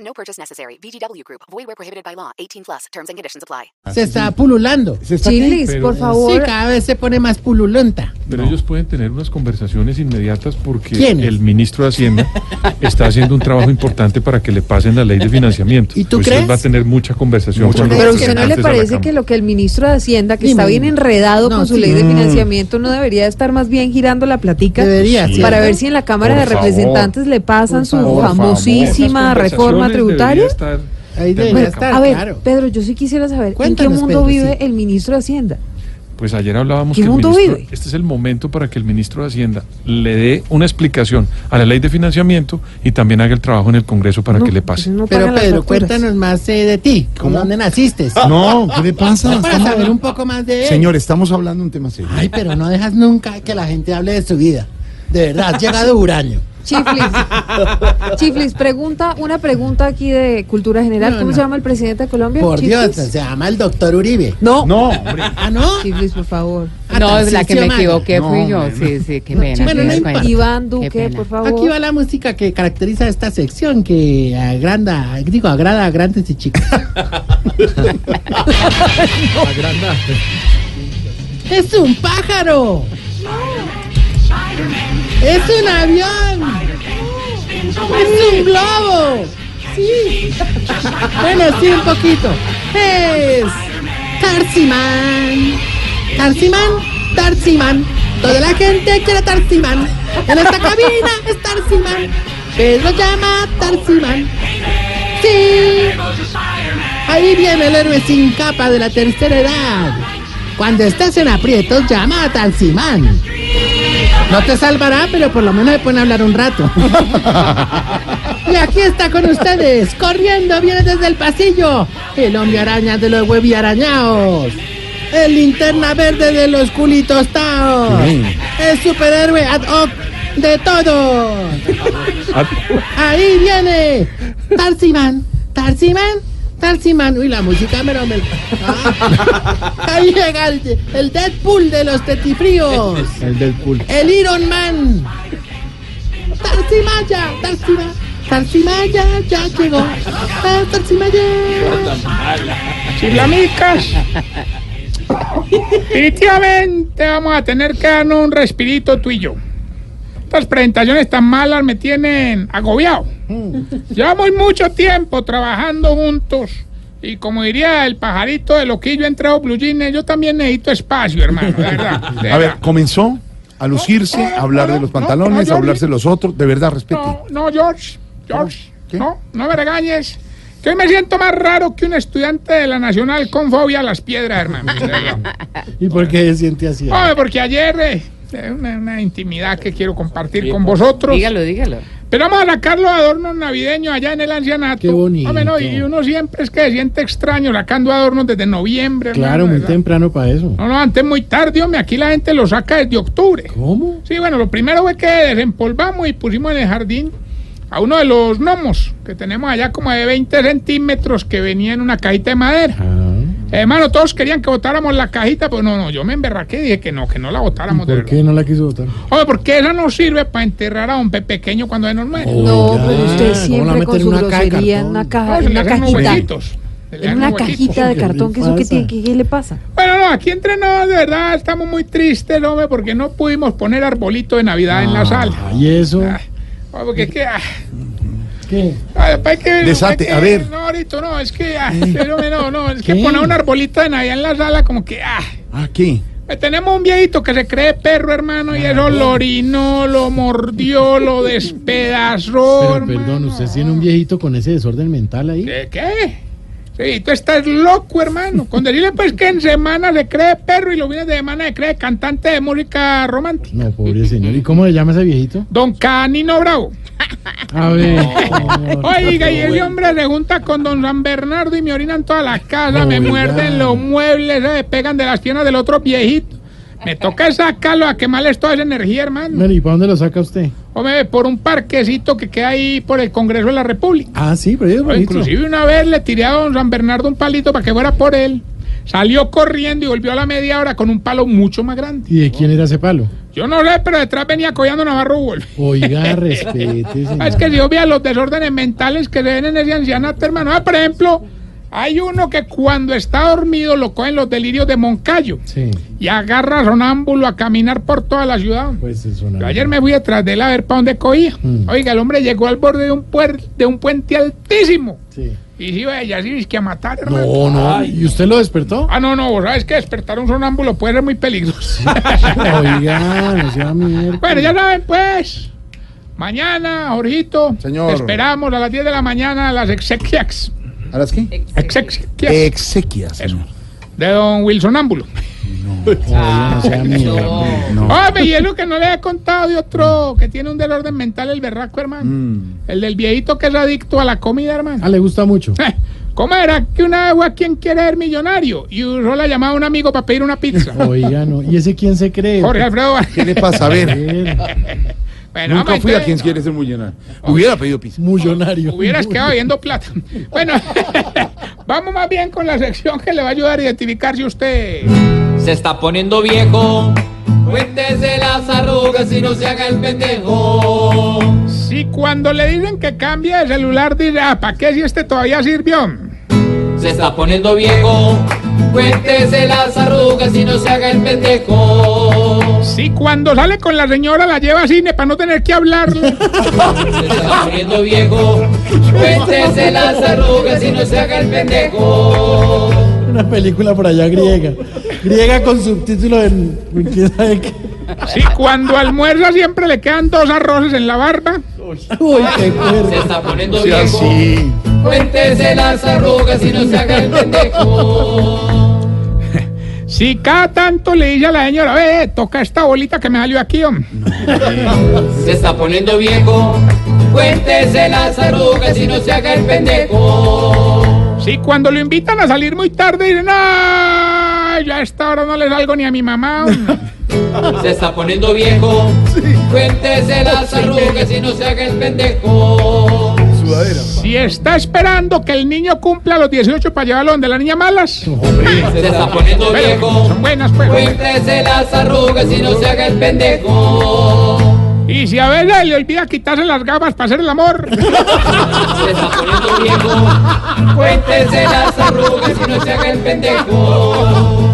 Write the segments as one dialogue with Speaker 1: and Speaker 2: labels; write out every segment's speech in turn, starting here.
Speaker 1: No purchase necessary. VGW Group. Void where prohibited by law. 18 plus. Terms and conditions apply.
Speaker 2: Se está pululando.
Speaker 3: ¿Se está
Speaker 4: Chilis,
Speaker 3: qué? Pero-
Speaker 4: por
Speaker 2: Sí,
Speaker 4: favor.
Speaker 2: cada vez se pone más pululenta.
Speaker 3: Pero ellos pueden tener unas conversaciones inmediatas porque
Speaker 2: ¿Quiénes?
Speaker 3: el ministro de Hacienda está haciendo un trabajo importante para que le pasen la ley de financiamiento.
Speaker 2: ¿Y tú
Speaker 3: Pues
Speaker 2: crees?
Speaker 3: Él va a tener mucha conversación
Speaker 4: Pero,
Speaker 3: con los
Speaker 4: a usted no le
Speaker 3: representantes a la
Speaker 4: parece
Speaker 3: Cámara.
Speaker 4: que lo que el ministro de Hacienda, que
Speaker 2: Ni
Speaker 4: está
Speaker 2: me-
Speaker 4: bien enredado
Speaker 2: No,
Speaker 4: con su
Speaker 2: sí.
Speaker 4: ley de financiamiento, no debería estar más bien girando la platica
Speaker 2: Debería,
Speaker 3: Sí.
Speaker 2: ¿cierto?
Speaker 4: para ver si en la Cámara
Speaker 3: Por
Speaker 4: de
Speaker 3: favor.
Speaker 4: Representantes le pasan
Speaker 2: Por
Speaker 4: su
Speaker 2: favor.
Speaker 4: famosísima
Speaker 3: Esas conversaciones
Speaker 4: reforma
Speaker 3: debería
Speaker 4: tributaria?
Speaker 3: estar
Speaker 2: Ahí
Speaker 3: de
Speaker 2: debería
Speaker 3: la
Speaker 4: Bueno,
Speaker 2: estar,
Speaker 3: Cámara.
Speaker 4: a ver,
Speaker 2: claro.
Speaker 4: Pedro, yo sí quisiera saber en
Speaker 2: Cuéntanos,
Speaker 4: qué mundo
Speaker 2: Pedro,
Speaker 4: vive
Speaker 2: sí.
Speaker 4: el ministro de Hacienda.
Speaker 3: Pues ayer hablábamos
Speaker 4: ¿Qué
Speaker 3: que el
Speaker 4: mundo
Speaker 3: ministro-
Speaker 4: vive?
Speaker 3: este es el momento para que el ministro de Hacienda le dé una explicación a la ley de financiamiento y también haga el trabajo en el Congreso para
Speaker 4: No, pues,
Speaker 3: que le pase.
Speaker 4: no
Speaker 2: Pero
Speaker 4: pagan las
Speaker 2: Pedro,
Speaker 4: facturas.
Speaker 2: cuéntanos más eh, de ti. ¿Cómo? ¿Dónde naciste?
Speaker 5: No, ¿qué le pasa?
Speaker 2: Para
Speaker 5: Estamos
Speaker 2: saber
Speaker 5: hablando-
Speaker 2: un poco más de él.
Speaker 5: Señor, estamos hablando de un tema serio.
Speaker 2: Ay, pero no dejas nunca que la gente hable de su vida. De verdad, has llegado huraño.
Speaker 4: Chiflis. Chiflis, pregunta, una pregunta aquí de cultura general.
Speaker 2: No,
Speaker 4: ¿Cómo
Speaker 2: no.
Speaker 4: se llama el presidente de Colombia?
Speaker 2: Por Dios,
Speaker 4: Chiflis.
Speaker 2: se llama el doctor Uribe.
Speaker 4: No.
Speaker 5: No, hombre.
Speaker 2: Ah, ¿no? Ah,
Speaker 4: Chiflis, por favor.
Speaker 6: No, es la que me
Speaker 2: Tarcisio Maya.
Speaker 6: equivoqué,
Speaker 5: No,
Speaker 6: fui yo.
Speaker 5: hombre,
Speaker 6: Sí, sí, qué
Speaker 2: No,
Speaker 6: pena.
Speaker 2: bueno,
Speaker 6: qué
Speaker 2: no
Speaker 6: vergüenza.
Speaker 2: importa.
Speaker 4: Iván
Speaker 6: Qué
Speaker 4: Duque,
Speaker 6: pena.
Speaker 4: por favor.
Speaker 2: Aquí va la música que caracteriza esta sección que agranda, digo, agrada a grandes y chicos. ¡Es un pájaro! ¡Es un avión! ¡Es un globo! Sí. Bueno, sí, un poquito. Es Tarsiman. Tarsiman, Tarsiman. Toda la gente quiere Tarsiman. En esta cabina es Tarsiman. Pedro llama a Tarsiman. Sí. Ahí viene el héroe sin capa de la tercera edad. Cuando estés en aprietos, llama a Tarsimán. No te salvará, pero por lo menos le pueden hablar un rato. Y aquí está con ustedes, corriendo, viene desde el pasillo, el hombre araña de los hueviarañaos, el linterna verde de los culitos taos, el superhéroe ad hoc de todos. Ahí viene Tarsiman, Tarsiman, Tarsiman. Uy, la música me lo me... Ah. Ahí llega el, el Deadpool de los tetifríos,
Speaker 5: El del pulpo.
Speaker 2: el Iron Man. Tarsimaya, Tarsimaya, Tarsimaya ya llegó. Ah, Tarsimaya.
Speaker 7: Chiflamicas. Definitivamente vamos a tener que darnos un respirito tú y yo. Estas presentaciones tan malas me tienen agobiado. Llevamos mucho tiempo trabajando juntos. Y como diría el pajarito de loquillo entrado Blue Jeans, yo también necesito espacio, hermano, de verdad. de
Speaker 5: A ver,
Speaker 7: verdad.
Speaker 5: comenzó a lucirse, a hablar de los
Speaker 7: No, no,
Speaker 5: pantalones,
Speaker 7: yo-
Speaker 5: a hablarse de los otros. De verdad, respete.
Speaker 7: No, no, George, George,
Speaker 5: ¿Qué?
Speaker 7: no, no me regañes. Que hoy me siento más raro que un estudiante de la Nacional con fobia a las piedras, hermano. de verdad.
Speaker 2: ¿Y por qué se siente así?
Speaker 7: Hombre, porque ayer eh, eh, una, una intimidad que quiero compartir con vosotros.
Speaker 6: Dígalo, dígalo.
Speaker 7: Pero vamos a sacar los adornos navideños allá en el ancianato.
Speaker 2: Qué bonito.
Speaker 7: Hombre, no, y uno siempre es que se siente extraño sacando adornos desde noviembre. hermano, ¿verdad?
Speaker 2: temprano para eso.
Speaker 7: No, no, antes muy tarde, hombre, aquí la gente lo saca desde octubre.
Speaker 2: ¿Cómo?
Speaker 7: Sí, bueno, lo primero fue que desempolvamos y pusimos en el jardín a uno de los gnomos que tenemos allá como de 20 centímetros que venía en una cajita de madera.
Speaker 2: Ah.
Speaker 7: Hermano, todos querían que botáramos la cajita, pero no, no, yo me emberraqué y dije que no, que no la botáramos de verdad.
Speaker 2: no la quiso votar?
Speaker 7: Oye, porque esa no sirve para enterrar a un pe pequeño cuando es normal.
Speaker 4: No,
Speaker 2: Oiga,
Speaker 4: pero
Speaker 2: ¿cómo
Speaker 4: usted
Speaker 2: la
Speaker 4: siempre
Speaker 2: meten
Speaker 4: con
Speaker 2: en
Speaker 4: su
Speaker 2: una caja de
Speaker 4: grosería en
Speaker 2: cartón?
Speaker 4: una
Speaker 7: No,
Speaker 4: caja,
Speaker 7: Ah, se
Speaker 4: en
Speaker 7: le
Speaker 4: una
Speaker 7: hacen unos
Speaker 4: cajita.
Speaker 7: huequitos, se le
Speaker 4: En
Speaker 7: hacen
Speaker 4: una
Speaker 7: unos huequitos.
Speaker 4: cajita de
Speaker 2: ¿Qué
Speaker 4: cartón,
Speaker 2: le
Speaker 4: que eso que
Speaker 2: pasa?
Speaker 4: tiene, ¿qué, qué le pasa?
Speaker 7: Bueno, no, aquí entre nos, de verdad, estamos muy tristes, hombre, porque no pudimos poner arbolito de Navidad en la sala.
Speaker 2: ¿Y eso?
Speaker 7: Ah, oye, porque es que... ah,
Speaker 2: ¿Qué?
Speaker 7: Ah, pa' que-
Speaker 5: Desate,
Speaker 7: pa' que-
Speaker 5: a ver.
Speaker 7: No, ahorita no, es que. ah, pero no, no, es que
Speaker 2: ¿Qué?
Speaker 7: poner una arbolita de Navidad en la sala, como que. Ah,
Speaker 5: Aquí.
Speaker 7: Eh, tenemos un viejito que se cree perro, hermano, y eso lo orinó, lo mordió, lo despedazó. hermano.
Speaker 2: usted tiene un viejito con ese desorden mental ahí.
Speaker 7: ¿Qué? ¿Qué? Sí, tú estás loco, hermano. Con decirle pues que en semana se cree perro y lo viene de semana se cree cantante de música romántica.
Speaker 6: No, pobre señor. ¿Y cómo le llama ese viejito?
Speaker 7: Don Canino Bravo.
Speaker 6: A ver.
Speaker 7: Oiga, y ese hombre se junta con don San Bernardo y me orinan toda la casa,
Speaker 6: No,
Speaker 7: me
Speaker 6: oiga.
Speaker 7: muerden los muebles, se despegan de las piernas del otro viejito. Me toca sacarlo a quemarles toda esa energía, hermano.
Speaker 6: Bueno, ¿y para dónde lo saca usted?
Speaker 7: Hombre, por un parquecito que queda ahí por el Congreso de la República.
Speaker 6: Ah, sí, pero es
Speaker 7: Oye,
Speaker 6: bonito.
Speaker 7: Inclusive una vez le tiré a don San Bernardo un palito para que fuera por él. Salió corriendo y volvió a la media hora con un palo mucho más grande.
Speaker 6: ¿Y de quién era ese palo?
Speaker 7: Yo no sé, pero detrás venía collando Navarro Wolf.
Speaker 6: Oiga, respete, señor.
Speaker 7: Ah, Es que yo vea los desórdenes mentales que se ven en ese ancianato, hermano. Ah, por ejemplo, hay uno que cuando está dormido lo cogen los delirios de Moncayo
Speaker 6: Sí,
Speaker 7: y agarra sonámbulo a caminar por toda la ciudad.
Speaker 6: pues es una...
Speaker 7: Yo ayer me fui detrás de él a ver para dónde cogía.
Speaker 6: Mm.
Speaker 7: Oiga, el hombre llegó al borde de un, puer- de un puente altísimo.
Speaker 6: Sí.
Speaker 7: Y sí, vaya, sí, es que a matar, hermano.
Speaker 6: No, no. ¿Y usted lo despertó?
Speaker 7: Ah, no, no, vos sabes que despertar un sonámbulo puede ser muy peligroso.
Speaker 6: Oiga, no sea mierda.
Speaker 7: bueno, ya saben, pues. Mañana, Jorgito.
Speaker 5: Señor.
Speaker 7: te esperamos a las 10 de la mañana a las exequias.
Speaker 5: ¿A las qué?
Speaker 7: Exequias.
Speaker 5: Exequias. señor.
Speaker 7: de don Wilson Ámbulo.
Speaker 6: Oiga, no sea mierda.
Speaker 5: No. Mm.
Speaker 7: Hombre, y es lo que no le he contado de otro que tiene un desorden mental, el berraco, hermano. El del viejito que es adicto a la comida, hermano. Eh,
Speaker 6: Ah, le gusta mucho.
Speaker 7: ¿Cómo era que una agua quien quiere ser millonario? Y usó la llamada a un amigo para pedir una pizza.
Speaker 6: Oiga, no. ¿Y ese quién se cree?
Speaker 7: Jorge Alfredo.
Speaker 5: ¿Qué le pasa? A ver,
Speaker 6: Él,
Speaker 7: Bueno,
Speaker 5: nunca
Speaker 7: vamos,
Speaker 5: fui a
Speaker 7: entonces-
Speaker 5: quien quiere ser millonario. Hubiera pedido pizza.
Speaker 6: Millonario.
Speaker 7: Hubieras quedado viendo plata. Bueno, vamos más bien con la sección que le va a ayudar a identificar si usted.
Speaker 8: Se está poniendo viejo. Cuéntese las arrugas y no se haga el pendejo.
Speaker 7: Si cuando le dicen que cambie de celular, dice, ah, ¿para qué si este todavía sirvió?
Speaker 8: Se está poniendo viejo. Cuéntese las arrugas y no se haga el pendejo.
Speaker 7: Si cuando sale con la señora la lleva a cine para no tener que hablarle.
Speaker 8: Se está poniendo viejo. Cuéntese las arrugas y no se haga el pendejo.
Speaker 6: Una película por allá griega. Griega con subtítulo en... ¿Quién sabe qué?
Speaker 7: Si cuando almuerza siempre le quedan dos arroces en la barba.
Speaker 6: Uy, qué
Speaker 8: Se
Speaker 6: cuerda.
Speaker 8: está poniendo
Speaker 5: Sí,
Speaker 8: viejo.
Speaker 5: así.
Speaker 8: Cuéntese las arrugas y no se haga el pendejo.
Speaker 7: Si cada tanto le dice a la señora, ve, toca esta bolita que me salió aquí, hombre.
Speaker 8: Se está poniendo viejo. Cuéntese las arrugas y no se haga el pendejo.
Speaker 7: Si cuando lo invitan a salir muy tarde dicen, no, ya a esta hora no le salgo ni a mi mamá. hombre".
Speaker 8: Se está poniendo viejo. Cuéntese las arrugas y no se haga el pendejo.
Speaker 5: Sudadera.
Speaker 7: Si está esperando que el niño cumpla los 18 para llevarlo donde la niña malas.
Speaker 8: Se está poniendo
Speaker 7: Pero son
Speaker 8: viejo.
Speaker 7: buenas, pues.
Speaker 8: Cuéntese las arrugas y no se haga el pendejo.
Speaker 7: Y si a veces le olvida quitarse las gafas para hacer el amor.
Speaker 8: Se está poniendo viejo. Cuéntese las arrugas y no se haga el pendejo.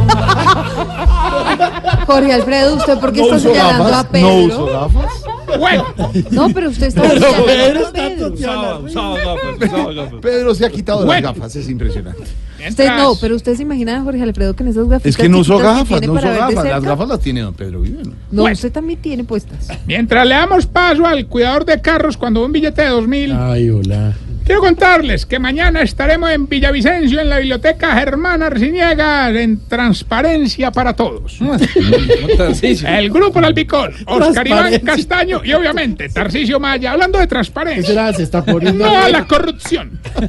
Speaker 4: Jorge Alfredo, ¿usted por qué está señalando a
Speaker 5: No
Speaker 4: Pedro?
Speaker 5: uso gafas.
Speaker 7: Bueno,
Speaker 4: No, pero usted está
Speaker 6: Pero Pedro
Speaker 4: señalando a
Speaker 6: está
Speaker 4: Pedro.
Speaker 6: toteando.
Speaker 5: Pedro se ha quitado las
Speaker 7: Bueno.
Speaker 5: gafas, es impresionante.
Speaker 4: Usted no,
Speaker 7: mientras-
Speaker 4: pero usted se imagina a Jorge Alfredo con esas gafitas
Speaker 5: Es que no uso
Speaker 4: chiquitas que
Speaker 5: gafas,
Speaker 4: tiene
Speaker 5: no uso
Speaker 4: para ver de
Speaker 5: gafas. Las
Speaker 4: cerca.
Speaker 5: gafas las tiene don Pedro Viven.
Speaker 4: No,
Speaker 7: Bueno.
Speaker 4: usted también tiene puestas.
Speaker 7: mientras le damos paso al cuidador de carros cuando ve un billete de 2000,
Speaker 6: Ay, hola.
Speaker 7: quiero contarles que mañana estaremos en Villavicencio, en la biblioteca Germán Arciniega, en Transparencia para Todos. El grupo El Albicol, Oscar Iván
Speaker 6: Transparencia.
Speaker 7: Castaño y obviamente Tarcisio Maya, hablando de
Speaker 6: ¿Qué
Speaker 7: transparencia.
Speaker 6: será? Se está poniendo...
Speaker 7: No a la corrupción.
Speaker 4: Usted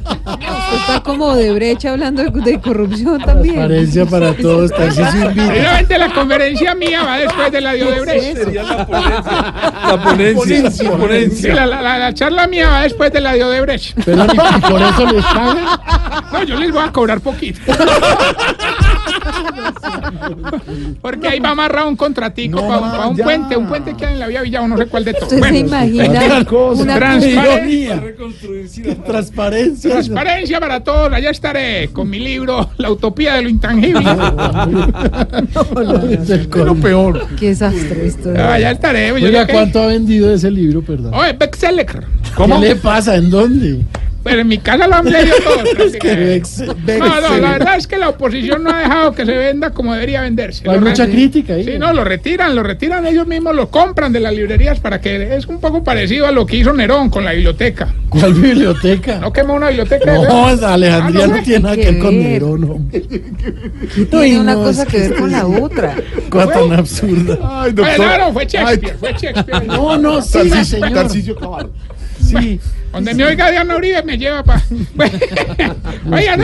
Speaker 4: está como de brecha hablando de, de corrupción también.
Speaker 6: Transparencia para todos. Tarcisio invita.
Speaker 7: Obviamente la conferencia mía va después de la de Odebrecht.
Speaker 3: La ponencia.
Speaker 7: Sí, la, la- la- la charla mía va después de la de Odebrecht.
Speaker 6: Pero ¿y por eso les pagan?
Speaker 7: No, yo les voy a cobrar poquito. Porque ahí va amarrado un contratico
Speaker 5: No,
Speaker 7: para un
Speaker 5: ya.
Speaker 7: puente, un puente que hay en la vía Villavo, no sé cuál de todos.
Speaker 4: Usted se
Speaker 7: Bueno,
Speaker 4: imagina
Speaker 6: Otra cosa.
Speaker 4: una
Speaker 7: Transparencia.
Speaker 6: Ironía. Transparencia.
Speaker 7: transparencia para todos, allá estaré con mi libro La Utopía de lo Intangible.
Speaker 5: Es lo peor.
Speaker 4: Qué desastre esto.
Speaker 7: Allá estaré. yo creo
Speaker 6: Oiga,
Speaker 7: que-
Speaker 6: ¿cuánto ha vendido ese libro, perdón?
Speaker 7: Oye, bestseller.
Speaker 6: ¿Qué le pasa? ¿En dónde?
Speaker 7: pero en mi casa lo han leído todos. prácticamente.
Speaker 9: Vex- vex-
Speaker 7: No, no, la verdad es que la oposición no ha dejado que se venda como debería venderse.
Speaker 9: Hay
Speaker 7: Lo
Speaker 9: mucha
Speaker 7: re-
Speaker 9: crítica ahí.
Speaker 7: Sí, no, lo retiran, lo retiran ellos mismos, lo compran de las librerías para que es un poco parecido a lo que hizo Nerón con la biblioteca.
Speaker 9: ¿Cuál biblioteca?
Speaker 7: No quemó una biblioteca. de
Speaker 9: No,
Speaker 7: verdad?
Speaker 9: esa Alejandría
Speaker 7: Ah, no,
Speaker 9: no,
Speaker 7: güey.
Speaker 9: tiene nada que ver con
Speaker 4: ¿Qué?
Speaker 9: Nerón, hombre.
Speaker 4: Tiene una cosa que ver con la otra.
Speaker 9: Cosa tan absurda.
Speaker 5: Ay,
Speaker 7: Fue,
Speaker 5: doctor.
Speaker 7: claro, fue Shakespeare, fue Shakespeare.
Speaker 9: No, no, sí,
Speaker 5: Tarcisio-
Speaker 9: señor.
Speaker 5: Tarcisio Caballo.
Speaker 9: Sí.
Speaker 7: Donde me oiga Diana Uribe me lleva para...
Speaker 9: Ah,
Speaker 7: Oigan,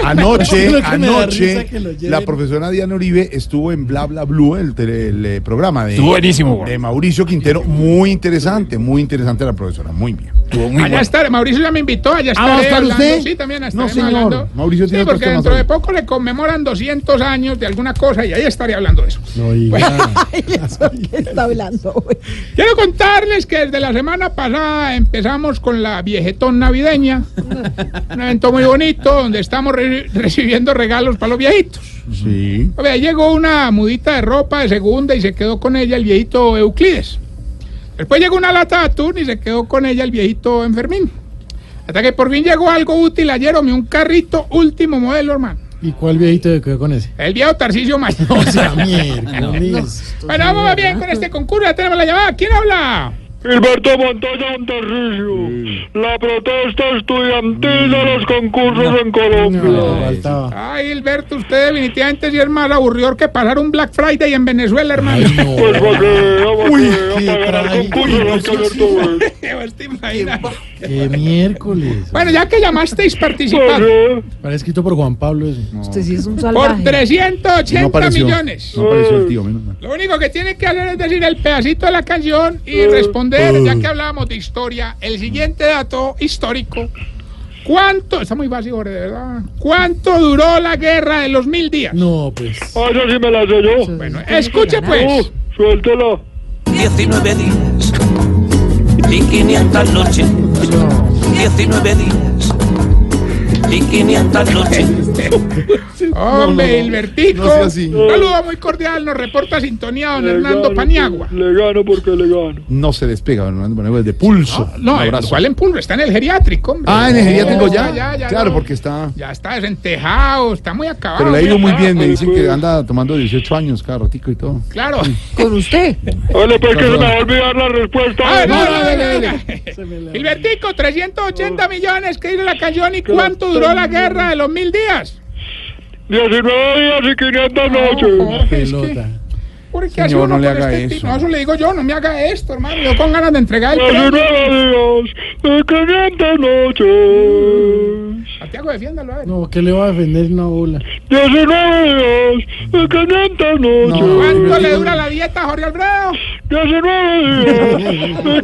Speaker 5: Anoche,
Speaker 9: Lo que me da risa
Speaker 5: anoche,
Speaker 9: que lo lleven.
Speaker 5: la profesora Diana Uribe estuvo en Bla Bla Blue, el, tele- el, eh, programa de,
Speaker 10: buenísimo.
Speaker 5: de Mauricio Quintero. Muy interesante, muy interesante la profesora. Muy bien.
Speaker 7: Allá estaré, Mauricio ya me invitó, allá estaré
Speaker 9: va a estar
Speaker 7: hablando,
Speaker 9: usted?
Speaker 7: sí, también
Speaker 5: No,
Speaker 7: estaremos
Speaker 5: señor.
Speaker 7: hablando.
Speaker 5: Mauricio tiene
Speaker 7: sí, porque
Speaker 5: otros temas
Speaker 7: dentro de
Speaker 5: hoy.
Speaker 7: poco le conmemoran 200 años de alguna cosa y ahí estaré hablando de eso.
Speaker 9: No, y-
Speaker 4: Está hablando, güey.
Speaker 7: Quiero contarles que desde la semana pasada empezamos con la viejetón navideña, un evento muy bonito donde estamos re- recibiendo regalos para los viejitos.
Speaker 5: Sí.
Speaker 7: A ver, llegó una mudita de ropa de segunda y se quedó con ella el viejito Euclides. Después llegó una lata de atún y se quedó con ella el viejito Enfermín. Hasta que por fin llegó algo útil ayer, hombre, un carrito último modelo, hermano.
Speaker 9: ¿Y cuál viejito de quedó con ese?
Speaker 7: El viejo Tarcisio Mayo.
Speaker 9: O sea, miércoles.
Speaker 7: bueno, vamos más bien con este concurso, ya tenemos la llamada. ¿Quién habla?
Speaker 2: Gilberto Montoya Monterrillo. La protesta estudiantil de los concursos en Colombia.
Speaker 9: No, faltaba.
Speaker 7: Ay, Gilberto, usted definitivamente sí es más aburridor que pasar un Black Friday en Venezuela, hermano.
Speaker 2: Pues va
Speaker 5: Uy,
Speaker 2: que,
Speaker 5: qué
Speaker 2: va ganar
Speaker 9: trágico.
Speaker 2: concursos hay que hacer todo eso.
Speaker 7: ¿Te imaginas?
Speaker 9: Qué miércoles.
Speaker 7: Bueno, ya que llamasteis, participad.
Speaker 2: Oye,
Speaker 9: Parece escrito por Juan Pablo eso.
Speaker 4: Usted sí es un
Speaker 7: Por
Speaker 4: salvaje.
Speaker 5: No
Speaker 7: 380
Speaker 5: apareció.
Speaker 7: millones.
Speaker 5: No apareció el tío, menos mal.
Speaker 7: Lo único que tiene que hacer es decir el pedacito de la canción y responder, ya que hablábamos de historia, el siguiente dato histórico. ¿Cuánto? Está muy básico, de verdad. ¿Cuánto duró la guerra de los mil días?
Speaker 9: No, pues.
Speaker 2: ah, esa sí me la sé yo.
Speaker 7: Bueno, escuche pues.
Speaker 2: Uh, suéltela.
Speaker 11: 19 días y 500 noches. 19 días y 500 noches.
Speaker 7: Hombre, Hilbertico.
Speaker 5: no sea así.
Speaker 7: Un saludo muy cordial, nos reporta sintonía don
Speaker 2: Le
Speaker 7: Hernando
Speaker 2: gano,
Speaker 7: Paniagua.
Speaker 2: Le gano porque le gano.
Speaker 5: No se despega, don Hernando Manuel, de pulso.
Speaker 7: Ah, No,
Speaker 5: Un
Speaker 7: el
Speaker 5: abrazo.
Speaker 7: cual en pulso, está en el geriátrico, hombre.
Speaker 5: Ah, en el geriátrico
Speaker 7: No,
Speaker 5: ya. claro,
Speaker 7: no. Ah,
Speaker 5: porque está.
Speaker 7: Ya está desentejado, está muy acabado.
Speaker 5: Pero le ha ido muy
Speaker 7: acabado.
Speaker 5: bien, me dicen
Speaker 7: pues.
Speaker 5: que anda tomando 18 años cada ratico y todo.
Speaker 7: Claro.
Speaker 4: Con usted.
Speaker 2: Oye, pues que se me va a olvidar la respuesta.
Speaker 7: Ah, no,
Speaker 2: hombre.
Speaker 7: no, no, no, no. Gilbertico, 380 millones que dice la canción y cuánto duró la guerra de los mil días.
Speaker 2: 19 días y 500 noches.
Speaker 9: Pelota.
Speaker 7: ¿Por qué hace
Speaker 5: Señor,
Speaker 7: uno
Speaker 5: no le
Speaker 7: con
Speaker 5: haga
Speaker 7: este tipo?
Speaker 5: eso.
Speaker 7: No, eso le digo yo, no me haga esto, hermano. Yo con ganas de entregar el premio.
Speaker 2: 19 días y 500 noches.
Speaker 7: Santiago, defiéndalo, a ver.
Speaker 9: No, ¿qué le va a defender una bola?
Speaker 2: 19 días y 500 noches.
Speaker 7: ¿Cuánto le dura la dieta a Jorge Alfredo?
Speaker 2: 19 días y 500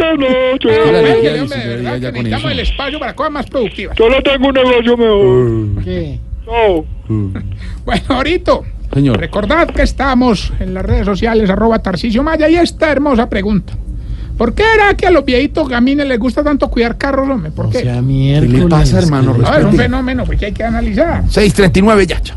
Speaker 7: Pero,
Speaker 2: noches.
Speaker 5: le
Speaker 7: hombre,
Speaker 5: queda
Speaker 7: hombre, de
Speaker 5: 19
Speaker 7: verdad
Speaker 5: días ya con
Speaker 7: que necesitamos
Speaker 5: eso.
Speaker 7: el espacio para cosas más productivas.
Speaker 2: Yo le tengo un negocio mejor.
Speaker 9: ¿Qué?
Speaker 2: No.
Speaker 7: Bueno, ahorita.
Speaker 5: Señor.
Speaker 7: Recordad que estamos en las redes sociales arroba Tarcisio Maya y esta hermosa pregunta. ¿Por qué era que a los viejitos gamines les gusta tanto cuidar carros, hombre? ¿Por
Speaker 9: O
Speaker 7: qué?
Speaker 9: sea, miércoles.
Speaker 5: pasa, hermano?
Speaker 9: ¿Qué le
Speaker 7: A ver, un
Speaker 5: respete.
Speaker 7: fenómeno pues, que hay que analizar.
Speaker 5: 639 ya.